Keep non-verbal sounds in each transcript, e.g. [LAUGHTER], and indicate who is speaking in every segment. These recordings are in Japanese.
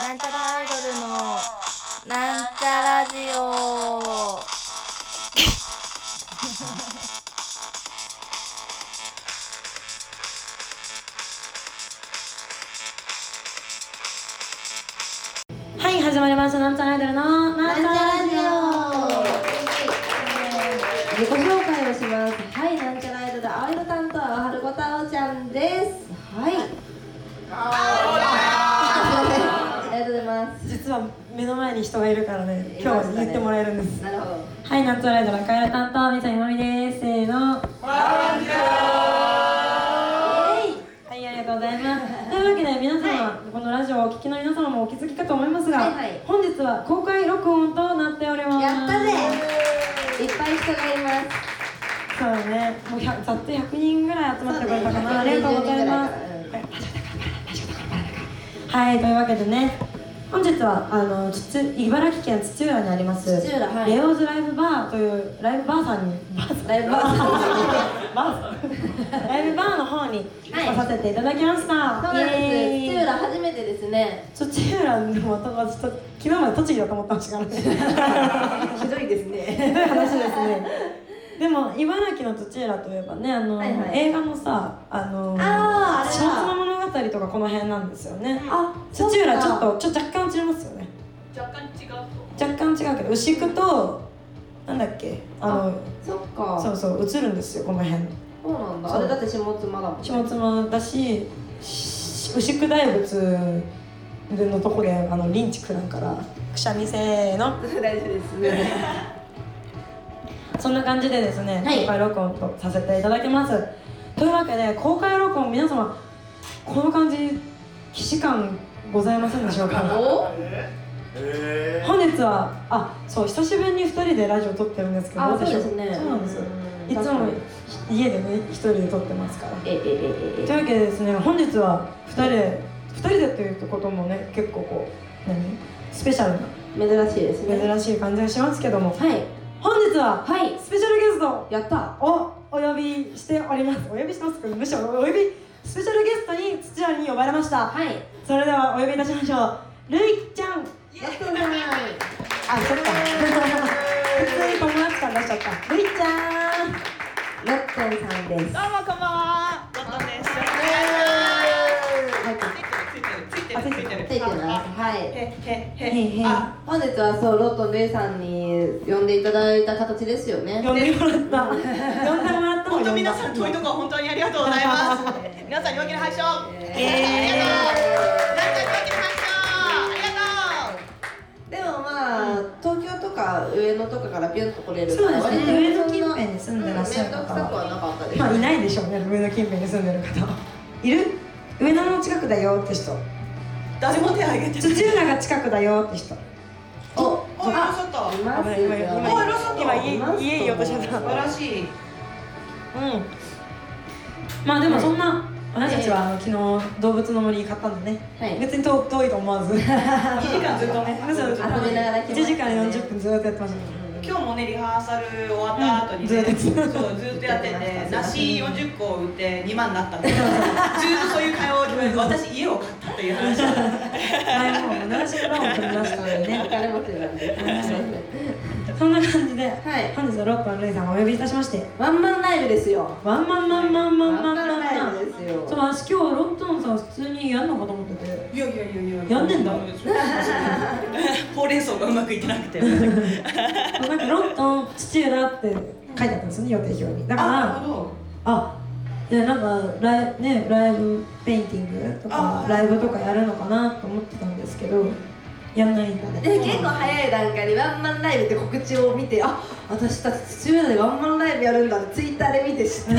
Speaker 1: なんちゃらアイドルのなんちゃラジオ
Speaker 2: はい始まりましたなんちゃらアイドルの
Speaker 1: なんん
Speaker 2: なち
Speaker 1: ち
Speaker 2: ゃ
Speaker 1: ゃらラ
Speaker 2: らラジ
Speaker 1: ジ
Speaker 2: オ自己紹介をしますはいなんちゃらアイドル青色担当はるこたおちゃんですはいあすいませんありがとうございます
Speaker 3: 実は目の前に人がいるからね今日は言ってもらえるんです、
Speaker 2: なるほど
Speaker 3: はいナッツライドの赤色担当みさゆまみですせーのはいありがとうございますというわけで皆様、このラジオをお聞きの皆様もお気づきかと思いますが、
Speaker 2: はいはい
Speaker 3: 本日は公開録音となっております
Speaker 2: やったぜいっぱい人がいます
Speaker 3: そうだねもう100ざっと100人ぐらい集まってくれたかな、
Speaker 2: そうだ
Speaker 3: あ
Speaker 2: ね
Speaker 3: りがとうございます
Speaker 2: 120
Speaker 3: はいはいというわけでね本日はあの土茨城県土浦にあります
Speaker 2: 土浦はい
Speaker 3: レオズライブバーというライブバーさんにバーさん
Speaker 2: ライブバーさん
Speaker 3: バーさんライブバーの方に来
Speaker 2: はい
Speaker 3: させていただきました、
Speaker 2: そうなん
Speaker 3: [LAUGHS] イエーイ
Speaker 2: です土浦初めてですね
Speaker 3: 土浦の私と昨日まで栃木だと思ったんですからね
Speaker 2: ひどいで
Speaker 3: ひ
Speaker 2: すね
Speaker 3: どい話ですねでも茨城の土浦といえばねあの、
Speaker 2: はいはい
Speaker 3: 映画のさあの
Speaker 2: [LAUGHS] あーあれだ
Speaker 3: 小説の物語とかこの辺なんですよね、
Speaker 2: あ
Speaker 3: 土浦ち
Speaker 2: そ
Speaker 3: ょ
Speaker 2: っ
Speaker 3: っ
Speaker 2: か
Speaker 3: とちょ若干違いますよね
Speaker 4: 若干違うと
Speaker 3: 若干違うけど牛久となんだっけあの
Speaker 2: そっか
Speaker 3: そうそう映るんですよこの辺
Speaker 2: そうなんだ
Speaker 3: そう
Speaker 2: あれだって下妻だもん
Speaker 3: 下妻だしし牛久大仏のとこであのリンチ食らうからくしゃみせーの
Speaker 2: 大丈夫です
Speaker 3: [LAUGHS]
Speaker 2: ね
Speaker 3: そんな感じでですね、
Speaker 2: はい
Speaker 3: 公開録音とさせていただきます。というわけで公開録音皆様この感じ既視感ございませんでしょうか
Speaker 2: お
Speaker 3: 本日はあそう久しぶりに2人でラジオ撮ってるんですけど
Speaker 2: あ
Speaker 3: どう
Speaker 2: そう
Speaker 3: でしょ
Speaker 2: ですね
Speaker 3: そうなんですよ
Speaker 2: うん
Speaker 3: いつ
Speaker 2: 確か
Speaker 3: も
Speaker 2: に
Speaker 3: 家でね1人で撮ってますから
Speaker 2: ええええ
Speaker 3: というわけでですね本日は2人で2人でということもね結構こう何スペシャル
Speaker 2: 珍しいですね
Speaker 3: な珍しい感じがしますけども
Speaker 2: はい
Speaker 3: 本日は
Speaker 2: はい
Speaker 3: スペシャルゲスト
Speaker 2: やった
Speaker 3: をお呼びしておりますお呼びしてますけどむしろお呼びスペシャルゲストに土屋に呼ばれました
Speaker 2: はい
Speaker 3: それではお呼びいたしましょうるいちゃん
Speaker 2: やったな
Speaker 3: あそっか普通に友達感出しちゃったるいちゃん
Speaker 2: ロットンさんです
Speaker 4: どうもこんばんはロットンですついてるついてるついてる
Speaker 2: ついてますはい
Speaker 4: へへへ
Speaker 3: へいへい
Speaker 4: あ
Speaker 2: 本日はそうロットンレイさんに呼んでいただいた形ですよね
Speaker 3: 呼んでもらった呼んでもら
Speaker 4: 本
Speaker 3: ったの
Speaker 4: 当
Speaker 3: 呼んだ
Speaker 4: 皆さん遠いところ本当にありがとうござ
Speaker 1: [LAUGHS]
Speaker 4: います皆さん陽気な配信ありがとうなんちゃん陽気な配信ありがと
Speaker 2: でもまあ東京とか上野とかからピュンと来れる
Speaker 3: そうですね
Speaker 2: 割と
Speaker 3: 上野近辺に住んでらっしゃる
Speaker 2: うん面
Speaker 3: 方
Speaker 2: 倒くさくはなかったです
Speaker 3: まあいないでしょうね上野近辺に住んでる方いる上野の近くだよって人
Speaker 4: う誰も手挙げて
Speaker 3: 土浦が近くだよって人
Speaker 2: お
Speaker 4: おいらっしゃった
Speaker 2: い
Speaker 4: 素
Speaker 2: ます
Speaker 3: 危
Speaker 2: よ
Speaker 3: ない今
Speaker 4: おいらっしゃった
Speaker 3: 今今家家言おうとしちゃった
Speaker 4: 晴らしい
Speaker 1: [LAUGHS]
Speaker 3: うんまあでもそんな、私たちはあの昨日動物の森買ったんでね、
Speaker 2: はい
Speaker 3: 別に遠遠いと思わず1
Speaker 4: 二時間ずっとね
Speaker 2: 遊びながら来ましたね
Speaker 3: 時間40分ずっとやってました、
Speaker 4: 今日もねリハーサル終わった後に、ね
Speaker 3: ずっと
Speaker 4: そうずっとやってて梨40個売って2万になったんでずっとそういう会話を私家を買ったという話だった
Speaker 3: 前もう7週間も取りましたので
Speaker 2: お
Speaker 3: ね
Speaker 2: 金持ちなんで
Speaker 3: そんな感じで、
Speaker 2: はい
Speaker 3: 本日はロッパのルイさんをお呼びいたしまして
Speaker 2: ワンマンライブですよ
Speaker 3: ワンマンマンマンマンマンマン
Speaker 2: ワンマ
Speaker 3: マン
Speaker 2: ンライブですよ
Speaker 3: そう私今日ロットンさん普通にやんのかと思ってて
Speaker 4: いやいやいやいや
Speaker 3: やんねんだ
Speaker 4: ほうれん草がうまくいってなくて
Speaker 3: なんかロットン土浦って書いてあったんですよね予定表にだから
Speaker 4: あなるほど
Speaker 3: あでなんかライ,、ね、ライブペインティングとか
Speaker 4: あ
Speaker 3: ライブとかやるのかなと思ってたんですけどやんないんだね
Speaker 2: で結構早い段階でワンマンライブって告知を見てあ私たち土浦でワンマンライブやるんだってツイッターで見て知って
Speaker 3: そういう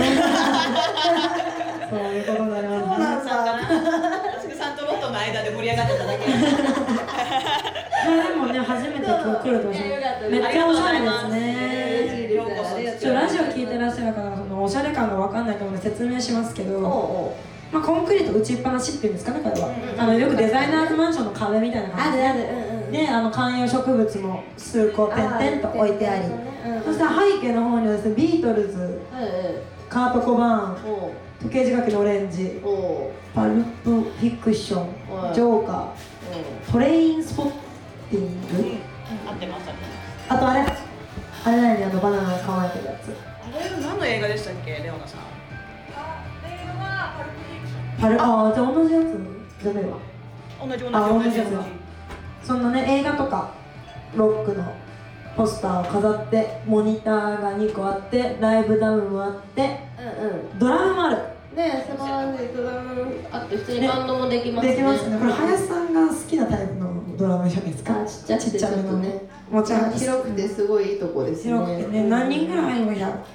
Speaker 3: ことになり
Speaker 4: そう
Speaker 3: ますね
Speaker 4: なんさんかなつくさんとロットの間で盛り上がってただけ
Speaker 3: まあでもね初めて今日来るとし
Speaker 2: いやよかったです
Speaker 3: めっちゃおしゃれです
Speaker 2: 嬉
Speaker 3: ね
Speaker 2: しいですありがとうございます
Speaker 3: ちょラジオ聞いてらっしゃる方はそのおしゃれ感が分かんないと思うので説明しますけ
Speaker 2: おう
Speaker 3: ど、
Speaker 2: おう
Speaker 3: まあ、コンクリート打ちっぱなしっていうんですかねこれは、
Speaker 2: うんうん
Speaker 3: あのよくデザイナーズマンションの壁みたいな
Speaker 2: あ
Speaker 3: 感じ
Speaker 2: る
Speaker 3: で
Speaker 2: あるうんうん
Speaker 3: であの観葉植物も数個点々と置いてありそして
Speaker 2: ら
Speaker 3: 背景の方にはですねビートルズカート・コバーン
Speaker 2: おう
Speaker 3: 時計仕掛けのオレンジ
Speaker 2: おう
Speaker 3: パルプ・フィクションジョーカ
Speaker 2: おう
Speaker 5: トレインスポッティング
Speaker 4: 合ってます合って
Speaker 5: あとあれあれ何あのバナナが乾いてるやつ
Speaker 4: ますあれ何の映画でしたっけレオナさん
Speaker 5: パルああじゃあ同じやつじゃねえわ
Speaker 4: 同じ同じ
Speaker 5: あ
Speaker 4: 同
Speaker 5: 同
Speaker 4: じ
Speaker 5: じ
Speaker 4: 同
Speaker 5: や
Speaker 4: じ
Speaker 5: つだそのね映画とかロックのポスターを飾ってモニターが2個あってライブダウンもあって
Speaker 2: うんうん
Speaker 5: ドラムもある
Speaker 2: ね素晴らしいドラムあと普通にバンドもできます
Speaker 5: できますね。これ林さんが好きなタイプのドラムじゃないですか
Speaker 2: あ。ちっちゃくて
Speaker 5: ちゃめの
Speaker 2: ちょっと
Speaker 5: ね
Speaker 2: ね。
Speaker 5: 持ち運び
Speaker 2: 広くてすごいいいとこですね
Speaker 6: 広くてね、何人ぐらい入るのや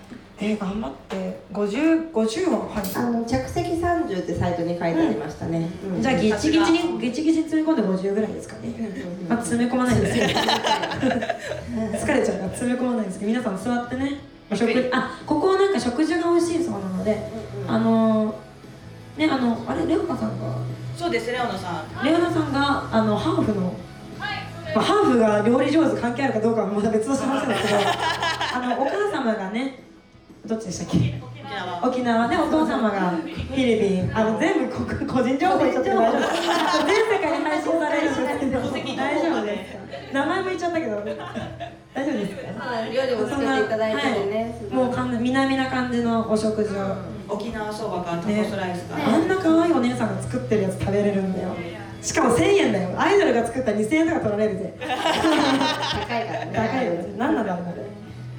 Speaker 6: えー、頑張って5050は入
Speaker 2: あの着席30ってサイトに書いてありましたね、うん
Speaker 6: るじゃあギチギチにギチギチ詰め込んで50ぐらいですかね
Speaker 3: あ詰め込まないですよ [LAUGHS] 疲れちゃうから詰め込まないですけど皆さん座ってね食あここはなんか食事が美味しいそうなので、あのーねあのあれレオナさんが
Speaker 4: そうですレオナさん
Speaker 3: レオナさんがあのハーフの、まあ、ハーフが料理上手関係あるかどうかはまた別の話なんです [LAUGHS] けどあのお母様がねどっちでしたっけ
Speaker 4: 沖縄
Speaker 3: 沖縄でお父様がフィリピンあの全部こ個人情報言っちゃって大丈夫全世界に配信されるんですけど
Speaker 4: 戸籍情
Speaker 3: 大
Speaker 4: 報
Speaker 3: 丈
Speaker 4: ま
Speaker 3: 夫
Speaker 4: で
Speaker 3: ですか名前も言っちゃったけど大丈夫ですか
Speaker 2: まあ料理も作っていただいてね
Speaker 3: そんなはい、もう完全南な感じのお食事を、
Speaker 4: 沖縄そばかタコスライスか、
Speaker 3: あんな可愛いお姉さんが作ってるやつ食べれるんだよしかも1000円だよアイドルが作ったら2000円とか取られるぜ
Speaker 2: 高いからね
Speaker 3: 高いよね何なんだろうね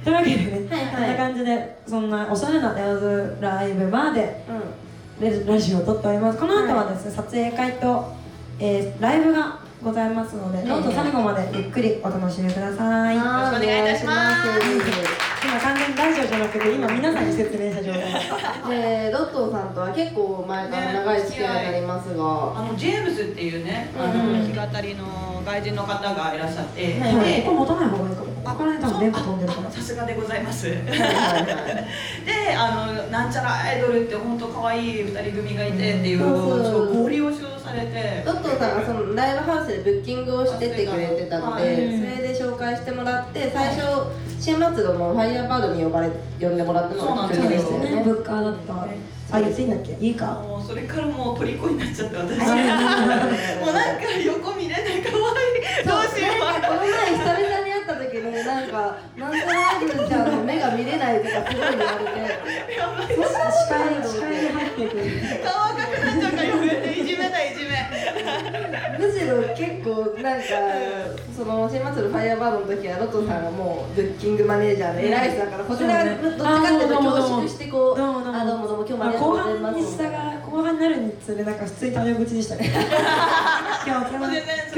Speaker 3: というわけでね、
Speaker 2: はいはい
Speaker 3: こんな感じでそんなおしゃれなレオズライブバーで
Speaker 2: う
Speaker 3: レ
Speaker 2: ん
Speaker 3: ラジオを撮っておりますこの後はですね、撮影会と、えーライブがございますので、どうぞ最後までゆっくりお楽しみください、
Speaker 4: ろしくお願いいたします
Speaker 2: お願いします
Speaker 3: 今完全にラジオじゃなくて今皆さんに説明した状態です
Speaker 2: でロットーさんとは結構前から長い付き合いになりますが、
Speaker 4: あのジェームズっていうね、あの弾き語りの外人の方がいらっしゃって、
Speaker 2: はいはい
Speaker 4: で
Speaker 3: ここ持たない方がいいかもここら辺多分電波飛んでるから
Speaker 4: さすがでございます。
Speaker 2: はいはいはい
Speaker 4: であのなんちゃらアイドルって本当可愛い二人組がいてっていう
Speaker 2: そうそう
Speaker 4: そうご利用しをされて
Speaker 2: ロットーさんがそのライブハウスでブッキングをしててくれてたので、
Speaker 4: はい
Speaker 2: それで紹介してもらって最初新松戸のファイヤーバードに呼ばれ呼んでもらったのがきっかけでしたよね
Speaker 3: ブッカーだったあ言っていいんだっけいいか
Speaker 4: もうそれからもう虜になっちゃって私もう
Speaker 3: はい
Speaker 4: なんか横見れない可愛いどうしよ
Speaker 2: なんかこの前久々に会った時になんかなんとなくちゃんの目が見れないとかすごい言われて
Speaker 4: うやばい
Speaker 3: 視界に視界に入ってくる
Speaker 4: 顔赤くなっちゃうからやめていじめだいじめ
Speaker 2: むしろ結構なんかその新松戸のファイヤーバードの時はロトさんがもうブッキングマネージャーの偉い人だからこちらがどっちかっていうと凝縮してこう
Speaker 3: どうもどうも
Speaker 2: あどうもどうも今日もありがとう
Speaker 3: 後
Speaker 2: ございま
Speaker 3: 半に
Speaker 2: す
Speaker 3: 下が後半になるにつれなんか普通にタメ口でした
Speaker 2: [LAUGHS]
Speaker 3: ね
Speaker 4: 全然それ
Speaker 3: 今日今日今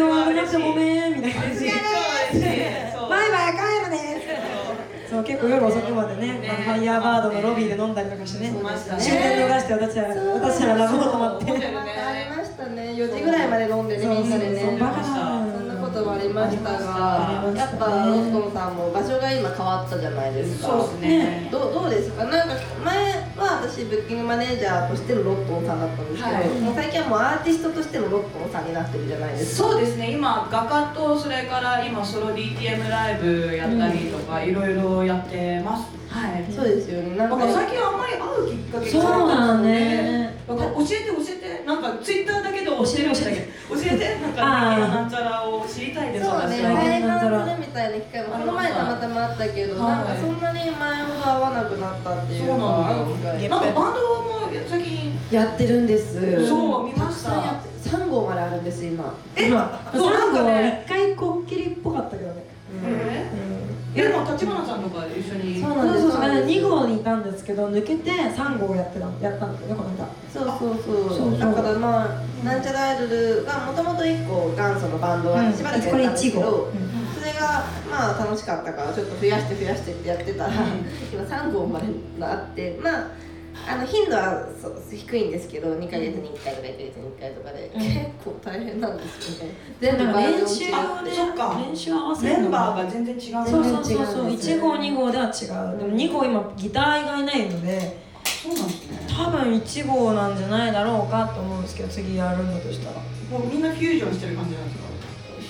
Speaker 4: は
Speaker 3: 日
Speaker 4: 嬉し
Speaker 3: なん
Speaker 4: い
Speaker 3: かごめんみたいな感じ
Speaker 4: 嬉しいそう
Speaker 3: バイバイ帰るねそう結構夜遅くまでね
Speaker 4: ね
Speaker 3: あのファイヤーバードのロビーで飲んだりとかしてね
Speaker 4: そうましたね
Speaker 3: 終電逃して私ら私らラブホ泊まって
Speaker 4: そう
Speaker 2: またありましたね4時ぐらいまで飲んでねみんなで
Speaker 3: そうそう
Speaker 2: ね
Speaker 3: バカだ
Speaker 2: そんなこともありましたがやっぱロットンさんも場所が今変わったじゃないですか
Speaker 4: そうですね
Speaker 2: どうどうですかなんか前は私ブッキングマネージャーとしてのロットンさんだったんですけど、
Speaker 4: はい
Speaker 2: もう最近はもうアーティストとしてのロットンさんになってるじゃないですか
Speaker 4: そうですね今画家とそれから今ソロ DTM ライブやったりとかいろいろやってますはい
Speaker 2: そうですよねなん
Speaker 4: な
Speaker 2: か
Speaker 4: んか最近あんまり会うきっかけが
Speaker 3: そう
Speaker 4: なかった
Speaker 3: だ
Speaker 4: ので
Speaker 3: ね
Speaker 4: なんか教えて教えてなんかツイッターだけで教えて教えて教えてなんかなんちゃらを知りたいです
Speaker 2: そうね
Speaker 4: 私
Speaker 3: は
Speaker 4: は
Speaker 2: 対談するみたいな機会もこの前たまたまあったけ
Speaker 4: は
Speaker 2: ど、
Speaker 4: い
Speaker 2: なんかそんなに前ほど会わなくなったっていう
Speaker 4: そう
Speaker 2: のが
Speaker 4: なん
Speaker 2: 会う機
Speaker 4: だ
Speaker 2: 会
Speaker 4: よなんかバンドも最近
Speaker 2: やってるんです
Speaker 4: そう見ました
Speaker 2: 3号まであるんです今
Speaker 3: 今
Speaker 4: そうなんかね
Speaker 3: 一回こっきりっぽかったけどね
Speaker 4: えーでも立花さんとか一緒に
Speaker 2: そう
Speaker 3: そ
Speaker 2: な
Speaker 3: うん
Speaker 2: です
Speaker 3: そうそう2号にいたんですけど抜けて3号やってたやったんだよねこの間
Speaker 2: そうそう
Speaker 3: そ
Speaker 2: そうう
Speaker 3: そう
Speaker 2: だからまあなんちゃらアイドルがもともと1個元祖のバンド
Speaker 3: う
Speaker 2: は
Speaker 3: ん
Speaker 2: しばらくや
Speaker 3: こ
Speaker 2: っ
Speaker 3: れ
Speaker 2: たんです
Speaker 3: 1
Speaker 2: け
Speaker 3: 号
Speaker 2: ど、
Speaker 3: うん
Speaker 2: それがまあ楽しかったからちょっと増やして増やしてってやってたら、今3号まであってまああの頻度はそう低いんですけど2ヶ月に1回とか1ヶ月に1回とかで、結構大変なんですよね全部バンドのうち
Speaker 4: あそっか
Speaker 3: 練習合わせ
Speaker 4: メ
Speaker 3: る
Speaker 4: ン
Speaker 3: の
Speaker 4: バ
Speaker 3: が
Speaker 4: ーが全然違う
Speaker 3: そうそうそうそう
Speaker 2: 全然違うんですよ
Speaker 3: 1号2号では違うでも2号今ギターがいないので
Speaker 4: そうなんですね
Speaker 3: 多分1号なんじゃないだろうかと思うんですけど次やるんだとしたら
Speaker 4: もうみんなフュージョンしてる感じなんですか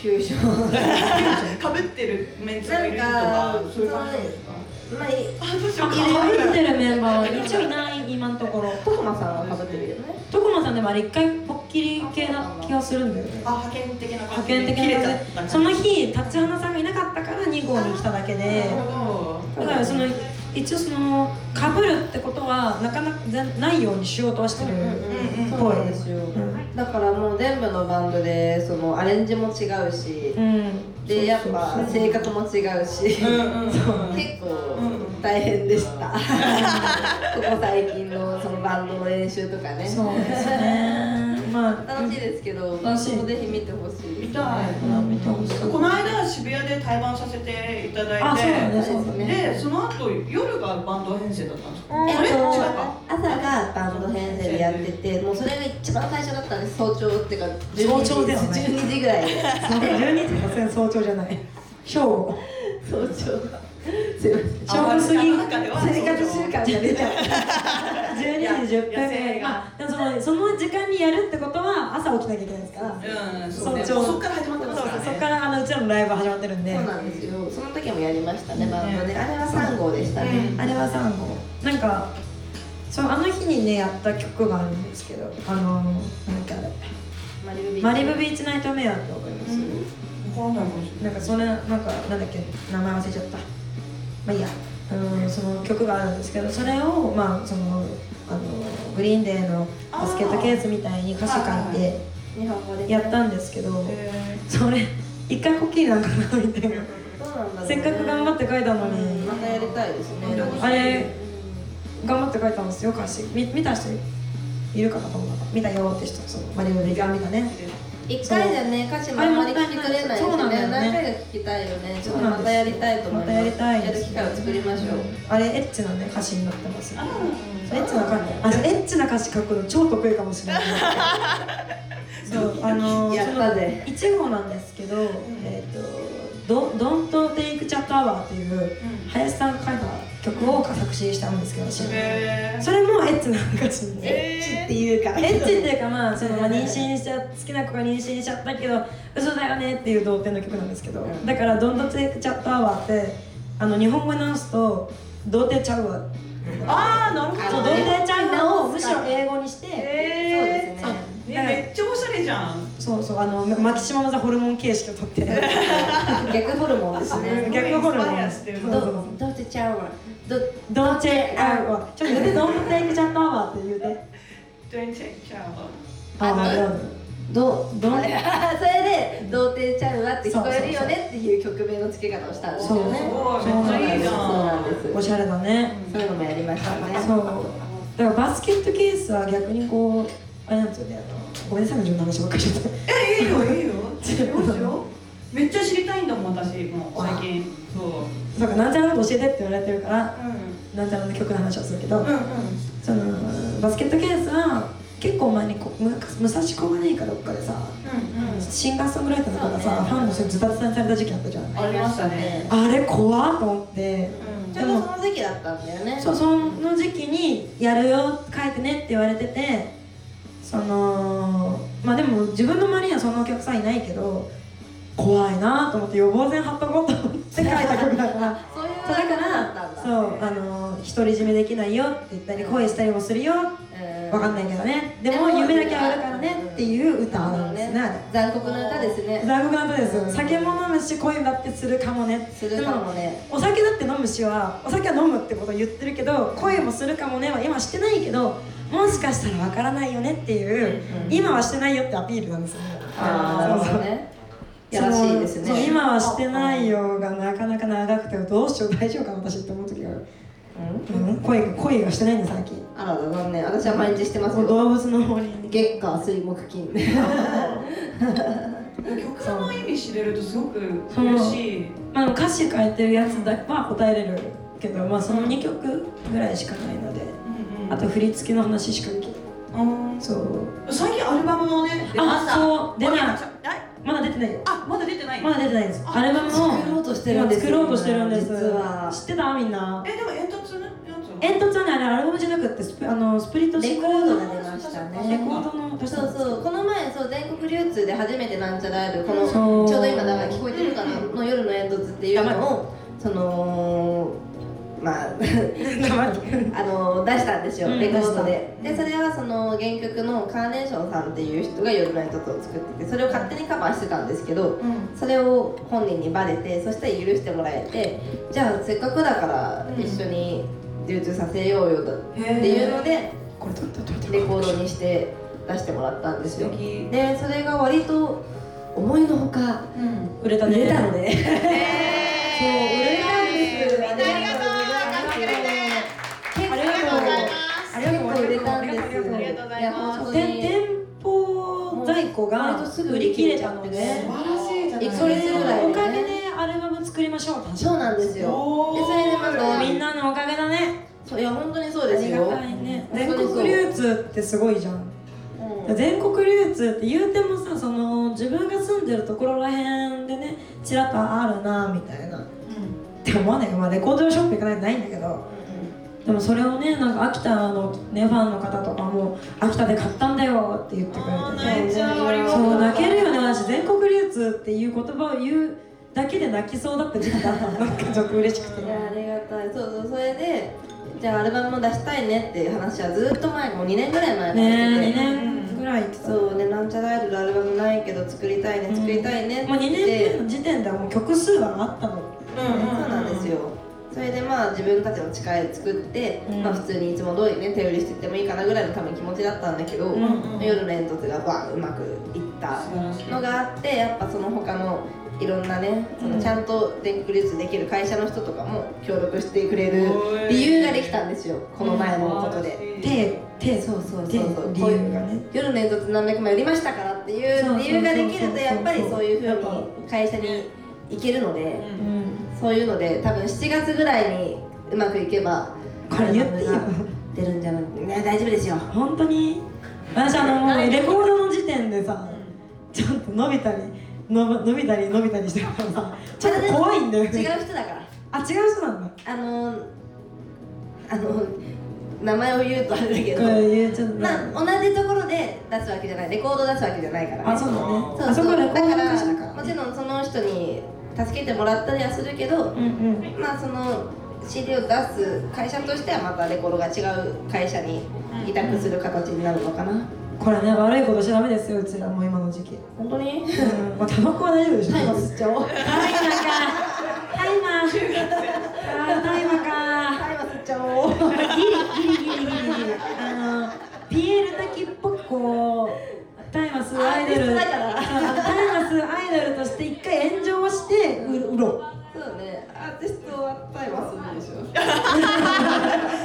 Speaker 2: フュージョン
Speaker 4: [LAUGHS] かぶってるメンツがいると
Speaker 2: な
Speaker 4: か
Speaker 2: んか
Speaker 4: そういう感じなんですか
Speaker 2: まあい
Speaker 4: あどうしようか
Speaker 3: 入ってるメンバーは一応いない今のところ
Speaker 2: トコマさんはかぶってるよね
Speaker 3: 徳間さんでもあれ1回ぽきり系な気がするんだよね
Speaker 4: あ派遣的な感
Speaker 3: 派
Speaker 4: じで
Speaker 3: 遣的
Speaker 4: 切れちゃ
Speaker 3: な
Speaker 4: った感じ
Speaker 3: その日立花さんがいなかったから2号に来ただけで
Speaker 4: なるほ
Speaker 3: だからその一応そのかぶるってことはなかなかないようにしようとはしてる
Speaker 4: どうんうん
Speaker 2: そうなんですよだからもう全部のバンドでそのアレンジも違うし
Speaker 3: うん、
Speaker 2: でやっぱ性格も違うし結
Speaker 4: うんうん
Speaker 2: 構大変でしたここ最近のそのバンドの練習とかね
Speaker 3: そうですねまあ
Speaker 2: 楽しいですけど
Speaker 3: 楽しい
Speaker 2: もうぜひ見てほしい
Speaker 4: 見たい
Speaker 3: 見てほしい
Speaker 4: この間渋谷で対バンさせていただいて
Speaker 3: あそうだねそうだね
Speaker 4: でその後夜がバンド編成だったんですか、
Speaker 2: えっ
Speaker 4: あれ違う
Speaker 2: と
Speaker 4: か
Speaker 2: 朝がバンド編成でやっててもうそれが一番最初だったんです早朝っていうか
Speaker 3: 早
Speaker 2: 12時
Speaker 3: 朝だよね
Speaker 2: 12時ぐらい
Speaker 3: [LAUGHS] そう12時さすがに早朝じゃない正午
Speaker 2: 早朝すいません
Speaker 3: 正午過ぎ生
Speaker 4: あ中では
Speaker 3: 活習慣が出ちゃう12時10分ぐ [LAUGHS] らいまあでもそのその時間にやるってことは朝起きなきゃいけないですから
Speaker 4: うんそうね
Speaker 3: 早朝
Speaker 4: そっから始まってますからね
Speaker 3: そっからあのうちらのライブ始まってるんで
Speaker 2: そうなんですよその時もやりましたねバンドであれは3号でしたね、
Speaker 3: あれは3号なんかそうあの日にねやった曲があるんですけどあのなんかあれ
Speaker 2: マリブビーチ
Speaker 3: マリブビーチナイトメアってわかります、
Speaker 4: わかんないかもしれ
Speaker 3: なんかそれなんかなんだっけ名前忘れちゃったまあいいやあのその曲があるんですけどそれをまあそのあのグリーンデーのバスケットケースみたいに歌詞書いて
Speaker 2: 日本語で
Speaker 3: やったんですけど
Speaker 4: ないへ
Speaker 3: それ一回こっきりなんかなみたいな
Speaker 2: そうなんだろうね
Speaker 3: せっかく頑張って書いたのに
Speaker 2: またやりたいですね
Speaker 3: あれ頑張って書いたんですよ歌詞み見た人いるかなと思った見たよって人そのマリオでが見たね
Speaker 2: 一回じゃね歌詞もあんまり聞き取れないです
Speaker 3: そうなんだよ
Speaker 2: ね
Speaker 3: ね
Speaker 2: 何回か聞きたいよねちょっ
Speaker 3: そ
Speaker 2: と
Speaker 3: うな
Speaker 2: ま
Speaker 3: んです
Speaker 2: たやりたいと思います
Speaker 3: またやりたい
Speaker 2: やる機会を作りましょう
Speaker 3: あれエッチなね歌詞になってますよエッチな歌あエッチな歌詞書くの超得意かもしれ
Speaker 2: [LAUGHS]
Speaker 3: ないそうあの
Speaker 2: やったぜ
Speaker 3: 一号なんですけど、えっ、と「ドントテイクチャットアワーっていう林さんが書いた曲を作詞したんですけど私
Speaker 4: え
Speaker 3: それもエッチな歌詞です
Speaker 2: エッチっていうか
Speaker 3: エッチっていうかまあそのまあ妊娠しちゃ好きな子が妊娠しちゃったけど嘘だよねっていう童貞の曲なんですけど、だから「ドントテイクチャットアワーってあの日本語に直すと「童貞ちゃうわ」
Speaker 4: ああなるほ
Speaker 3: そう
Speaker 4: ど
Speaker 3: 童
Speaker 4: ね
Speaker 3: 貞ちゃうわをむしろ英語にして、
Speaker 2: そう
Speaker 4: へ
Speaker 2: で
Speaker 4: ー
Speaker 2: す
Speaker 4: ね
Speaker 2: ね
Speaker 4: めっちゃおしゃれじゃん
Speaker 3: そうそうあのマキシマム・ザ・ホルモン形式を取って
Speaker 2: 逆ホルモンですね
Speaker 3: 逆ホルモ
Speaker 4: インスパイ
Speaker 3: ン
Speaker 4: アしてる
Speaker 3: そうそうそう
Speaker 2: どどうてちゃうわど
Speaker 3: ドンチェアワーちょっと言ってドントテイクチャットアワーって言うて
Speaker 4: ドンチェックアワ
Speaker 3: あなるほど
Speaker 2: ど
Speaker 3: ドン
Speaker 2: [LAUGHS] それで「童貞ちゃうわ」って聞こえるよねっていう曲名の付け方をしたんですよね
Speaker 4: ーす
Speaker 3: そう
Speaker 4: ごいめっちゃいいじ
Speaker 2: そうな
Speaker 4: ゃ
Speaker 2: ん
Speaker 4: ん
Speaker 2: です
Speaker 3: おしゃれだね
Speaker 2: そういうのもやりましたね
Speaker 3: そうだからバスケットケースは逆にこうあれなんですよねあのごめんなさい自分の話ばっかりしちゃった
Speaker 4: えいいよいいよ違うよめっちゃ知りたいんだもん私もう最近そう
Speaker 3: そうかなんちゃらのこと教えてって言われてるから
Speaker 4: う
Speaker 3: なんちゃらの曲の話をするけど、
Speaker 4: んうん
Speaker 3: そのバスケットケースは結構前にこむ武蔵小金井かどっかでさ
Speaker 4: う
Speaker 3: シンガーソングライターの方がさ、
Speaker 2: そうね
Speaker 3: ファンの人にズタズタにされた時期あったじゃん
Speaker 4: ん、ありましたね。
Speaker 3: あれ怖っと思って、
Speaker 2: ちょうどその時期だったんだよね
Speaker 3: そうその時期に「やるよ書いてね」って言われててそのまあでも自分の周りにはそんなお客さんいないけど怖いなと思って予防線貼っとこうと思って書いた曲だから。
Speaker 2: そういう
Speaker 3: そうだからそうあの独り占めできないよって言ったり恋したりもするよわかんないけどねでも夢だけはあるからねっていう歌なんですねあれ
Speaker 2: 残酷な歌ですね
Speaker 3: 残酷な歌ですよ酒も飲むし恋だってするかもね
Speaker 2: するかもね
Speaker 3: お酒だって飲むしはお酒は飲むってことを言ってるけど恋もするかもねは今してないけどもしかしたらわからないよねっていう、今はしてないよってアピールなんですよね
Speaker 2: ああなるほどねやらしいです
Speaker 3: そう
Speaker 2: ね
Speaker 3: 今はしてないよがなかなか長くてどうしよう大丈夫かな私って思う時がある、うん、恋が恋がしてないんだ最近
Speaker 2: あらだ残念私は毎日してます
Speaker 3: もう
Speaker 2: よ
Speaker 3: 動物の森に
Speaker 2: 月火水木金
Speaker 4: 曲の意味知れるとすごく嬉しい。
Speaker 3: まあ、歌詞変えてるやつだは答えれるけど、まあ、その2曲ぐらいしかないのであと振り付けの話しかできない
Speaker 4: うん
Speaker 3: そう
Speaker 4: 最近アルバムのね、
Speaker 3: あそう出ない
Speaker 4: い。
Speaker 3: まだ出てないよ
Speaker 4: あ、まだ出てない。
Speaker 3: まだ出てないです
Speaker 4: あ
Speaker 3: アルバムを
Speaker 2: 作ろうとしてるん
Speaker 3: 今
Speaker 2: です
Speaker 3: 作ろうとしてるんです
Speaker 2: 実は
Speaker 3: 知ってたみんな
Speaker 4: え、でも煙突のやつ。
Speaker 3: 煙突はねあれアルバムじゃなくてスプあのスプリットシ
Speaker 2: レ
Speaker 3: ン
Speaker 2: コ
Speaker 3: グ
Speaker 2: ードが出ました
Speaker 3: レ
Speaker 2: ね
Speaker 3: コードの出し
Speaker 2: そ
Speaker 3: たん
Speaker 2: う
Speaker 3: です
Speaker 2: そうこの前そう全国流通で初めてなんちゃらあるこのち
Speaker 3: そ
Speaker 2: ょ
Speaker 3: う
Speaker 2: う
Speaker 3: [LAUGHS]
Speaker 2: ど今だから聞こえてるかなの夜の煙突っていうのをそのままああの出したんですよ、
Speaker 3: うん
Speaker 2: レコードででそれはその原曲のカーネーションさんっていう人が「夜の一つ」を作っててそれを勝手にカバーしてたんですけ
Speaker 3: う
Speaker 2: ど
Speaker 3: ん
Speaker 2: それを本人にバレてそしたら許してもらえてじゃあせっかくだから一緒に流通させようよと
Speaker 3: って
Speaker 2: っていうので
Speaker 3: これ撮った撮った
Speaker 2: レコードにして出してもらったんですよ
Speaker 3: 素敵
Speaker 2: でそれが割と思いのほか
Speaker 3: うん売れた
Speaker 2: 売
Speaker 3: ね
Speaker 2: れたの
Speaker 4: そ
Speaker 2: で
Speaker 4: う
Speaker 2: れなんですよ
Speaker 4: みんなありがとう頑張ってくれて
Speaker 2: 結構
Speaker 4: ありがとうございます
Speaker 3: ありがとう
Speaker 2: 結
Speaker 3: ご
Speaker 2: 構
Speaker 3: ざい
Speaker 4: あり
Speaker 3: ます
Speaker 2: 売れたんですよ
Speaker 4: がとうございます
Speaker 2: や本当
Speaker 3: 店
Speaker 2: に
Speaker 3: 店舗在庫が売り切れたので
Speaker 2: 割
Speaker 6: 晴らしい
Speaker 2: い
Speaker 6: じ
Speaker 2: つ
Speaker 6: ゃ
Speaker 2: そ
Speaker 6: な
Speaker 2: れ
Speaker 6: いです
Speaker 2: ぐ
Speaker 6: から
Speaker 2: い
Speaker 3: おかげでアルバム作りましょう
Speaker 2: そうなんですよでそれでまた
Speaker 3: みんなのおかげだね
Speaker 2: そういや本当にそ
Speaker 3: あ
Speaker 2: うです
Speaker 3: りが
Speaker 2: よ
Speaker 3: たいね
Speaker 2: そうで
Speaker 3: 全
Speaker 2: すよ
Speaker 3: 国流通ってすごいじゃん
Speaker 2: うん
Speaker 3: 全国流通って言うてもさその自分が住んでるところらへんでねちらっとあるなみたいな、って思わないまあレコードショップ行かないとないんだけどでもそれをねなんか秋田の、ね、ファンの方とかも「秋田で買ったんだよ」って言ってくれ
Speaker 4: あー
Speaker 3: て
Speaker 4: 泣いちゃうありがとう
Speaker 3: そう泣けるよね私全国流通っていう言葉を言うだけで泣きそうだった時期だったのなんかちょっと嬉しくて
Speaker 2: いやありがたいそうそうそれでじゃあアルバムも出したいねっていう話はずっと前もう2年ぐらい前から
Speaker 3: ね
Speaker 2: して
Speaker 3: え2
Speaker 2: て
Speaker 3: 年ぐらいってた
Speaker 2: そうねなんちゃらアイドルアルバムないけど作りたいね作りたいねって
Speaker 3: もう2
Speaker 2: 言っ
Speaker 3: 年
Speaker 2: て
Speaker 3: 目の時点ではもう曲数はあったの
Speaker 2: そうなんですよそれでまあ自分たちの力で作って、
Speaker 3: うん
Speaker 2: まあ、普通にいつも通りね手売りしてってもいいかなぐらいの多分気持ちだったんだけど、
Speaker 3: うん
Speaker 2: 夜の煙突がバーンうまくいったのがあってやっぱその他のいろんなねそのちゃんと全国流通できる会社の人とかも協力してくれる理由ができたんですよこの前のことで。
Speaker 3: で、で、
Speaker 2: そうそうそう
Speaker 3: で
Speaker 2: そう
Speaker 3: 理
Speaker 2: こうい
Speaker 3: 由
Speaker 2: う
Speaker 3: がね。
Speaker 2: 夜の煙突何百枚売りましたからってい
Speaker 3: そうそう
Speaker 2: う
Speaker 3: そうそう
Speaker 2: 理由ができるとやっぱりそういうふうに会社に行けるので。
Speaker 3: うん。
Speaker 2: そういうので多分7月ぐらいにうまくいけば
Speaker 3: これ言っていいよ。
Speaker 2: 出るんじゃないね大丈夫です
Speaker 3: [LAUGHS]
Speaker 2: よ
Speaker 3: 本当に。私あ
Speaker 2: [LAUGHS]
Speaker 3: のもうレコードの時点でさ、ちょっと伸びたり伸ば伸びたり伸びたりしてるからさ、ちょっと怖いんだよ
Speaker 2: 違う人
Speaker 3: ね。
Speaker 2: だから
Speaker 3: あ、違う人なんだ。
Speaker 2: あのーあの名前を言うとあれだけ
Speaker 3: こ
Speaker 2: ど
Speaker 3: れ言うちょっとね。
Speaker 2: まあ同じところで出すわけじゃないレコード出すわけじゃないから、ね、
Speaker 3: あ、そうだね。
Speaker 2: そう
Speaker 3: あそこはレ
Speaker 2: だ
Speaker 3: コード
Speaker 2: か
Speaker 3: の
Speaker 2: ら
Speaker 3: 会社だから。
Speaker 2: もちろんその人に助けてもらったりはするけど
Speaker 3: うんうん。
Speaker 2: まあその CD を出す会社としてはまたレコードが違う会社に委託する形になるのかな、
Speaker 3: これね悪いことしちゃダメですようちらもう今の時期。
Speaker 2: 本当
Speaker 3: う
Speaker 2: に
Speaker 3: ん。まあタバ [LAUGHS] コは大丈夫でしょ。
Speaker 2: タイマー吸っちゃおう
Speaker 3: タイマーか。タイマー。 [LAUGHS] あータイマーか。
Speaker 2: タイマー吸っちゃおう
Speaker 3: ギリギリギリギリギリあのピエール滝っぽくこうタイマスアイドル
Speaker 2: アーティストだから
Speaker 3: タイマスアイドルとして一回炎上をして売ろうろう
Speaker 2: そうね、アーティストはタイマーするんでしょ。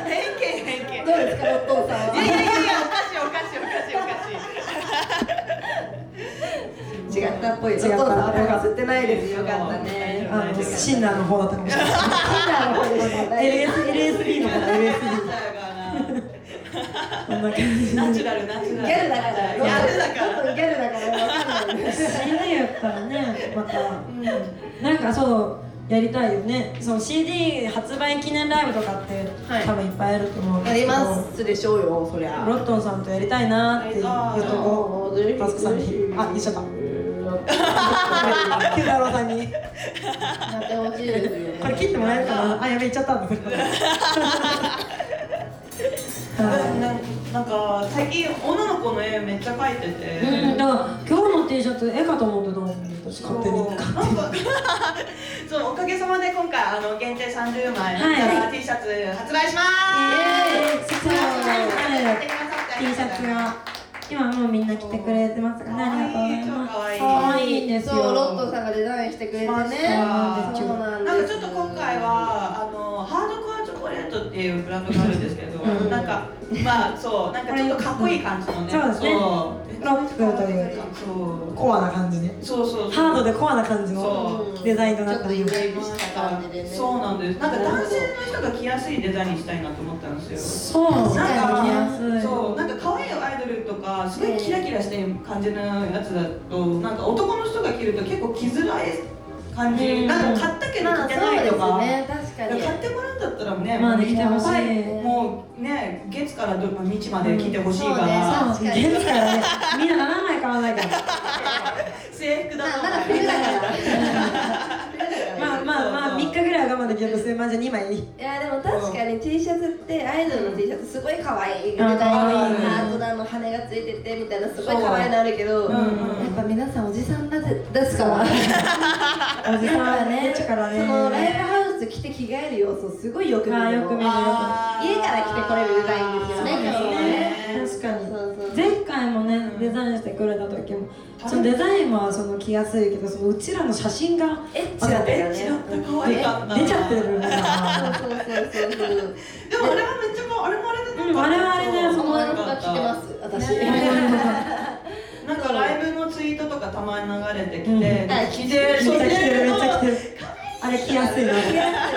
Speaker 4: 偏見偏見
Speaker 2: どうですか、お父さん
Speaker 4: いやいや
Speaker 2: は。
Speaker 4: いやいやおかしいおかしいおかしいおかしい
Speaker 2: 違ったっぽい。お
Speaker 3: 違った
Speaker 2: 父さんはタイマー吸ってないです。よかったね。
Speaker 3: [LAUGHS] あのシンナーの方だったかもしれない
Speaker 2: シンナーの方でしたね。
Speaker 3: LSB の方 LSB こんな感じ
Speaker 4: ナチュラルナチュ
Speaker 2: ギ
Speaker 4: ラル
Speaker 2: ャルだから。
Speaker 4: ギャルだから
Speaker 2: ちょっとギャルだからわかんないです。
Speaker 3: CD やったらねまた、なんかそうやりたいよねそう CD 発売記念ライブとかって、
Speaker 2: はい
Speaker 3: 多分いっぱいあると思うん
Speaker 2: あ
Speaker 3: だけ
Speaker 2: り
Speaker 3: ど
Speaker 2: ますでしょうよ、そりゃ。
Speaker 3: ロットンさんとやりたいなーっていうとこマスクさんにあ言っちゃった九太郎さんに
Speaker 2: なってほしいですよね。
Speaker 3: これ切ってもらえるかなあやべ言っちゃったんだけどは
Speaker 4: ななんか最近女の子の絵めっちゃ描いてて、
Speaker 3: いうんだから今日の T シャツ絵かと思ってたもん私
Speaker 4: そう
Speaker 3: 勝手に
Speaker 4: なんかそうおかげさまで今回あの限定30枚の、
Speaker 3: は
Speaker 4: T シャツ発売しま
Speaker 3: え
Speaker 4: ーす。
Speaker 3: ー、そう
Speaker 4: 買ってくださってあり
Speaker 3: T
Speaker 4: が
Speaker 3: シ
Speaker 4: とう
Speaker 3: ャツが今もうみんな着てくれてますからねありがとうございます
Speaker 4: かわ
Speaker 3: いいんですよ
Speaker 2: そう、ロットさんがデザインしてくれてね。
Speaker 4: そうなん
Speaker 3: ですよ
Speaker 2: そうな
Speaker 4: な
Speaker 2: んで
Speaker 4: んか
Speaker 2: す。
Speaker 4: ちょっと今回はあのハードコアチョコレートっていうブランドがあるんですけど、
Speaker 3: うん
Speaker 4: なんかまあそうなんかちょっとかっこいい感じのね。
Speaker 3: そうですね
Speaker 4: そう
Speaker 3: ロックというかコアな感じね
Speaker 4: そうそうそうそう。
Speaker 3: ハードでコアな感じの
Speaker 4: そう
Speaker 2: うん
Speaker 3: デザインとな
Speaker 2: ちょ
Speaker 3: っ
Speaker 2: ったとイメージした感じでね。
Speaker 4: そうなんです。なんか男性の人が着やすいデザインにしたいなと思ったんですよ。
Speaker 3: そう
Speaker 4: なん
Speaker 3: 着や
Speaker 4: か
Speaker 3: すい
Speaker 4: そうなんか可愛いアイドルとかすごいキラキラしてる感じのやつだとなんか男の人が着ると結構着づらい感じ、
Speaker 3: うん
Speaker 4: なんか買ったけど
Speaker 2: まあ、
Speaker 4: 着て
Speaker 2: そう
Speaker 4: ない
Speaker 2: で
Speaker 4: と
Speaker 2: す
Speaker 4: か,、
Speaker 2: ね。確かに。
Speaker 4: 買ってもらうんだったらね、
Speaker 3: まあね来てほしい、
Speaker 2: はい
Speaker 4: もうね月からどまあ日まで着てほしいから、
Speaker 2: うん
Speaker 3: そうですからねみんな7枚買わないから
Speaker 4: 制服だ
Speaker 2: まあ、
Speaker 4: と
Speaker 2: まだ冬だから。冬だから
Speaker 3: まあまあまあ3日ぐらいは我慢でき
Speaker 5: 300万じゃ2枚
Speaker 2: いやでも確かに T シャツってアイドルの T シャツすごい可愛いみ
Speaker 3: うん
Speaker 2: たいな
Speaker 3: 可
Speaker 2: ハ
Speaker 3: 愛いね
Speaker 2: ートだの羽がついててみたいなすごい可愛いのあるけど、
Speaker 3: うんうん
Speaker 2: やっぱ皆さんおじさんだぜですから
Speaker 3: おじさんねっちからね
Speaker 2: そのライブハウス着て着替える様子をすごいよく見
Speaker 3: あー
Speaker 2: る
Speaker 3: よく見る
Speaker 4: あー
Speaker 2: 家から着てこれるデザインですよね
Speaker 4: そうですね
Speaker 3: 確かに
Speaker 2: そうそう
Speaker 3: 前回もねデザインしてくれた時もそのデザインはその着やすいけどそのうちらの写真が
Speaker 2: エッチだったよね
Speaker 4: ちょっと可愛
Speaker 3: 出
Speaker 4: かった
Speaker 3: 出ちゃってる [LAUGHS] から
Speaker 2: そうそうそうそうそう
Speaker 4: でもあれはめっちゃもうあれもあれだった
Speaker 3: うんあれはあれだよ
Speaker 2: そのまま着てます私、
Speaker 4: なんかライブのツイートとかたまに流れてきて、
Speaker 3: うん
Speaker 2: あ
Speaker 4: 着て
Speaker 3: めっちゃ着てるめっ
Speaker 4: よ
Speaker 3: ちゃ着てるあれ着やすいな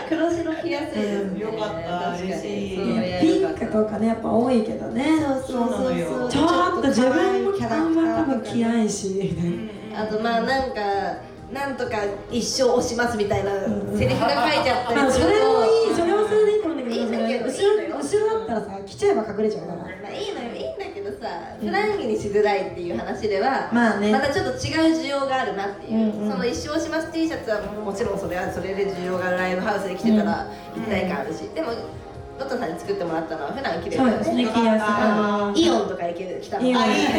Speaker 2: 黒白着やすいですね
Speaker 4: よかった
Speaker 2: 確かに
Speaker 4: 嬉しい
Speaker 2: そう
Speaker 4: ね
Speaker 3: ピンクとかねやっぱ多いけどね
Speaker 2: そうそうそうそう
Speaker 3: ちょっと自分も
Speaker 2: キャラクタ
Speaker 3: あんま多分
Speaker 2: ー
Speaker 3: 着ないしみたいな
Speaker 2: あとまあなんかなんとか一生押しますみたいなセリフが書いちゃった
Speaker 3: まあ
Speaker 2: りす
Speaker 3: そ
Speaker 2: ると
Speaker 3: れもいいそれもそれでいいと思うんだ
Speaker 2: いいんだ
Speaker 3: け
Speaker 2: け
Speaker 3: ど
Speaker 2: ど
Speaker 3: 後ろ後ろだったらさ着ちゃえば隠れちゃうから
Speaker 2: まあいいのよいいんだけどさ普段着にしづらいっていう話では、
Speaker 3: まあね
Speaker 2: またちょっと違う需要があるなっていう、
Speaker 3: うんうん
Speaker 2: その一生押します T シャツはもちろんそれはそれで需要があるライブハウスに来てたら一体感あるし、でもロトさんに作ってもらったのは普段着れる
Speaker 3: そう
Speaker 2: よ
Speaker 3: です
Speaker 2: ね
Speaker 3: ね着や
Speaker 2: あの
Speaker 3: すい
Speaker 2: イオンとか行ける来たの
Speaker 3: イオン
Speaker 4: あいいねいいね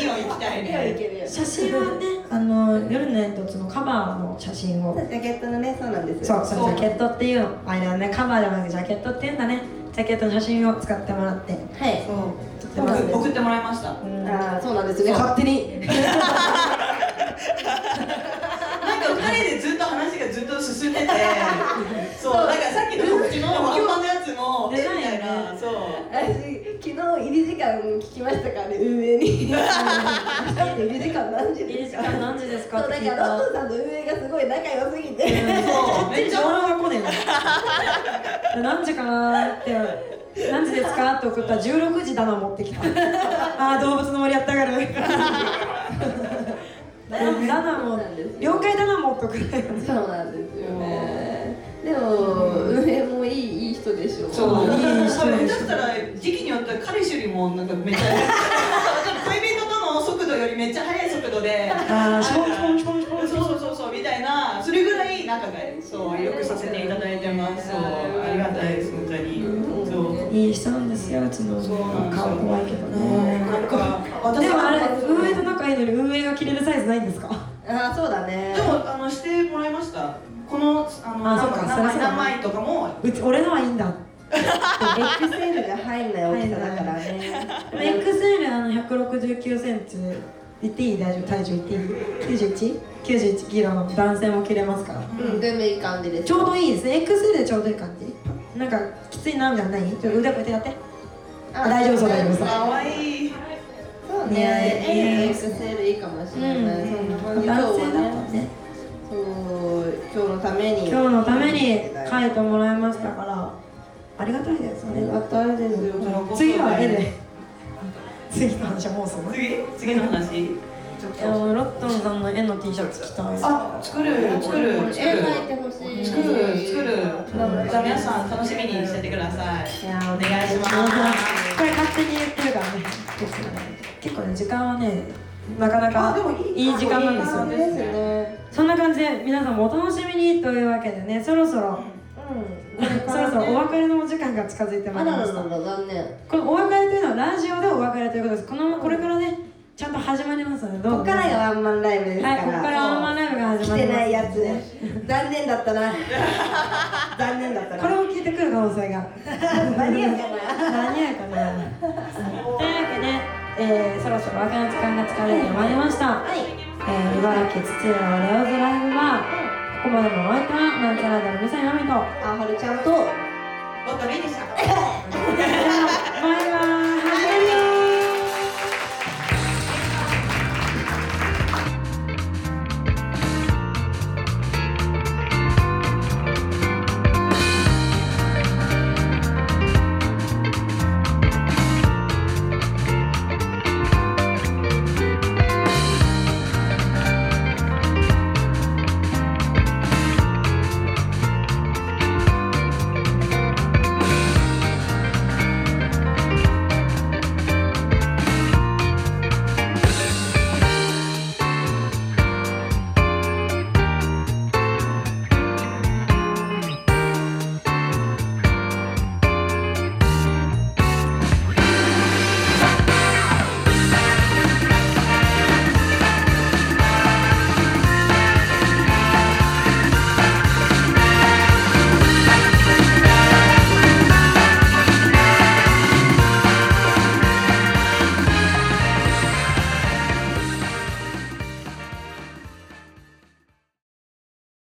Speaker 4: いいよ行きたい
Speaker 2: イオン行
Speaker 4: ね
Speaker 2: けるよ
Speaker 3: 写真はねあの夜の煙突のカバーの写真を
Speaker 2: ジャケットのねそうなんです
Speaker 3: そうそのジャケットっていうのあれはねカバーではなくジャケットっていうんだねジャケットの写真を使ってもらって、
Speaker 2: はい
Speaker 4: そう
Speaker 3: そうなんです
Speaker 4: 送ってもらいました
Speaker 3: うん
Speaker 2: あーそうなんですね勝手に
Speaker 4: なんか二人でずっと話がずっと進ん [LAUGHS] でてそうなんかさっきの告知のワンマンのやつも
Speaker 3: デザインね
Speaker 4: えみたいなそう
Speaker 2: 私昨日入り時間聞きましたからね運営にあの明日って入り時間何時ですか
Speaker 3: 何時です
Speaker 2: そうだからロットさんと運営がすごい仲良すぎて
Speaker 4: そうめっちゃ
Speaker 3: が来ねえの [LAUGHS] 何時かなーって何時ですかって送ったら16時だな持って [LAUGHS] きたあー動物の森やったが [LAUGHS] るダナも4階ダナもとくらい
Speaker 2: そうなんですよねでも運営もいいいい人でしょ
Speaker 4: そう
Speaker 3: いい人
Speaker 4: 多分下手したら時期によっては彼氏よりもなんかめっち [LAUGHS] ゃ恋人との速度よりめっちゃ速い速度で
Speaker 3: あーションションションションショ
Speaker 4: そうそうそうそうみたいなそれぐらい仲がそうよくさせていただいてますそうありがたいです本当にそう
Speaker 3: ンいい人なんですようちの顔怖いけどね
Speaker 4: なんか私
Speaker 3: でもあれ運営と仲いいのに運営が着れるサイズないんですか
Speaker 2: ああそうだね
Speaker 4: でもあのしてもらいましたこのあの
Speaker 3: あそっか
Speaker 4: 名前
Speaker 3: そりゃそうだ
Speaker 4: 名前とかも
Speaker 3: うち俺のはいいんだ
Speaker 2: XL が入んない大きさだからね
Speaker 3: XL あの169センチ言っていい大丈夫体重言っていい 91?91 キロの男性も着れますから
Speaker 2: [LAUGHS] うん全部いい感じです
Speaker 3: ちょうどいいですね XL でちょうどいい感じなんかきついなみたいなのないちょっと腕こうやってやって
Speaker 2: あ
Speaker 3: あ大丈夫そう大丈夫そう
Speaker 4: 可愛いい
Speaker 2: そう
Speaker 3: ね
Speaker 2: ね、
Speaker 3: うん
Speaker 2: XL いいかもしれない、
Speaker 3: うん
Speaker 2: そんな感じ今日
Speaker 3: 男性だったら
Speaker 2: はね
Speaker 3: ね
Speaker 2: そう今日のために
Speaker 3: 今日のために
Speaker 2: はい
Speaker 3: 書いてもらいましたからありがたいです
Speaker 2: あ
Speaker 3: ね
Speaker 2: りがたいですよめ
Speaker 3: 次は絵で次の話はもうすぐ
Speaker 4: 次次の話
Speaker 3: いやロットンさんの絵の T シャツ着たい
Speaker 4: あ作る作る作る
Speaker 2: 絵描いてほしい
Speaker 4: 作る作るじゃあ皆さん楽しみにしててください
Speaker 3: いや
Speaker 4: お願いします
Speaker 3: これ勝手に言ってるからね結構ね時間はねなかな
Speaker 4: あ
Speaker 3: か
Speaker 4: でもいい
Speaker 3: いい時間なんですよ
Speaker 4: いい時間
Speaker 2: ですね
Speaker 3: そんな感じで皆さんもお楽しみにというわけでねそろそろ、
Speaker 2: うんこれか
Speaker 3: そろ
Speaker 2: ら
Speaker 3: そろお別れのお時間が近づいてま
Speaker 2: あ
Speaker 3: いり
Speaker 2: ら
Speaker 3: ま
Speaker 2: ら
Speaker 3: した
Speaker 2: らら残念
Speaker 3: このお別れというのはラジオでお別れということですこのこれからねちゃんと始まりますのでどう
Speaker 2: こっからがワンマンライブですから
Speaker 3: はいこっからワンマンライブが始まり
Speaker 2: 来
Speaker 3: ます
Speaker 2: てないやつ残念だったな残念だったな
Speaker 3: これを聞いてくる可能性が
Speaker 2: 間に合うか
Speaker 3: 間に合うかなというわけで、えーそろそろお別れの時間が近づいてまいりました、
Speaker 2: なはい
Speaker 3: えー、茨城土浦レオズライブはここまでのお相手はなんちゃらだのみさやみと
Speaker 2: あはるちゃんと
Speaker 4: もっといいでした
Speaker 3: さよなら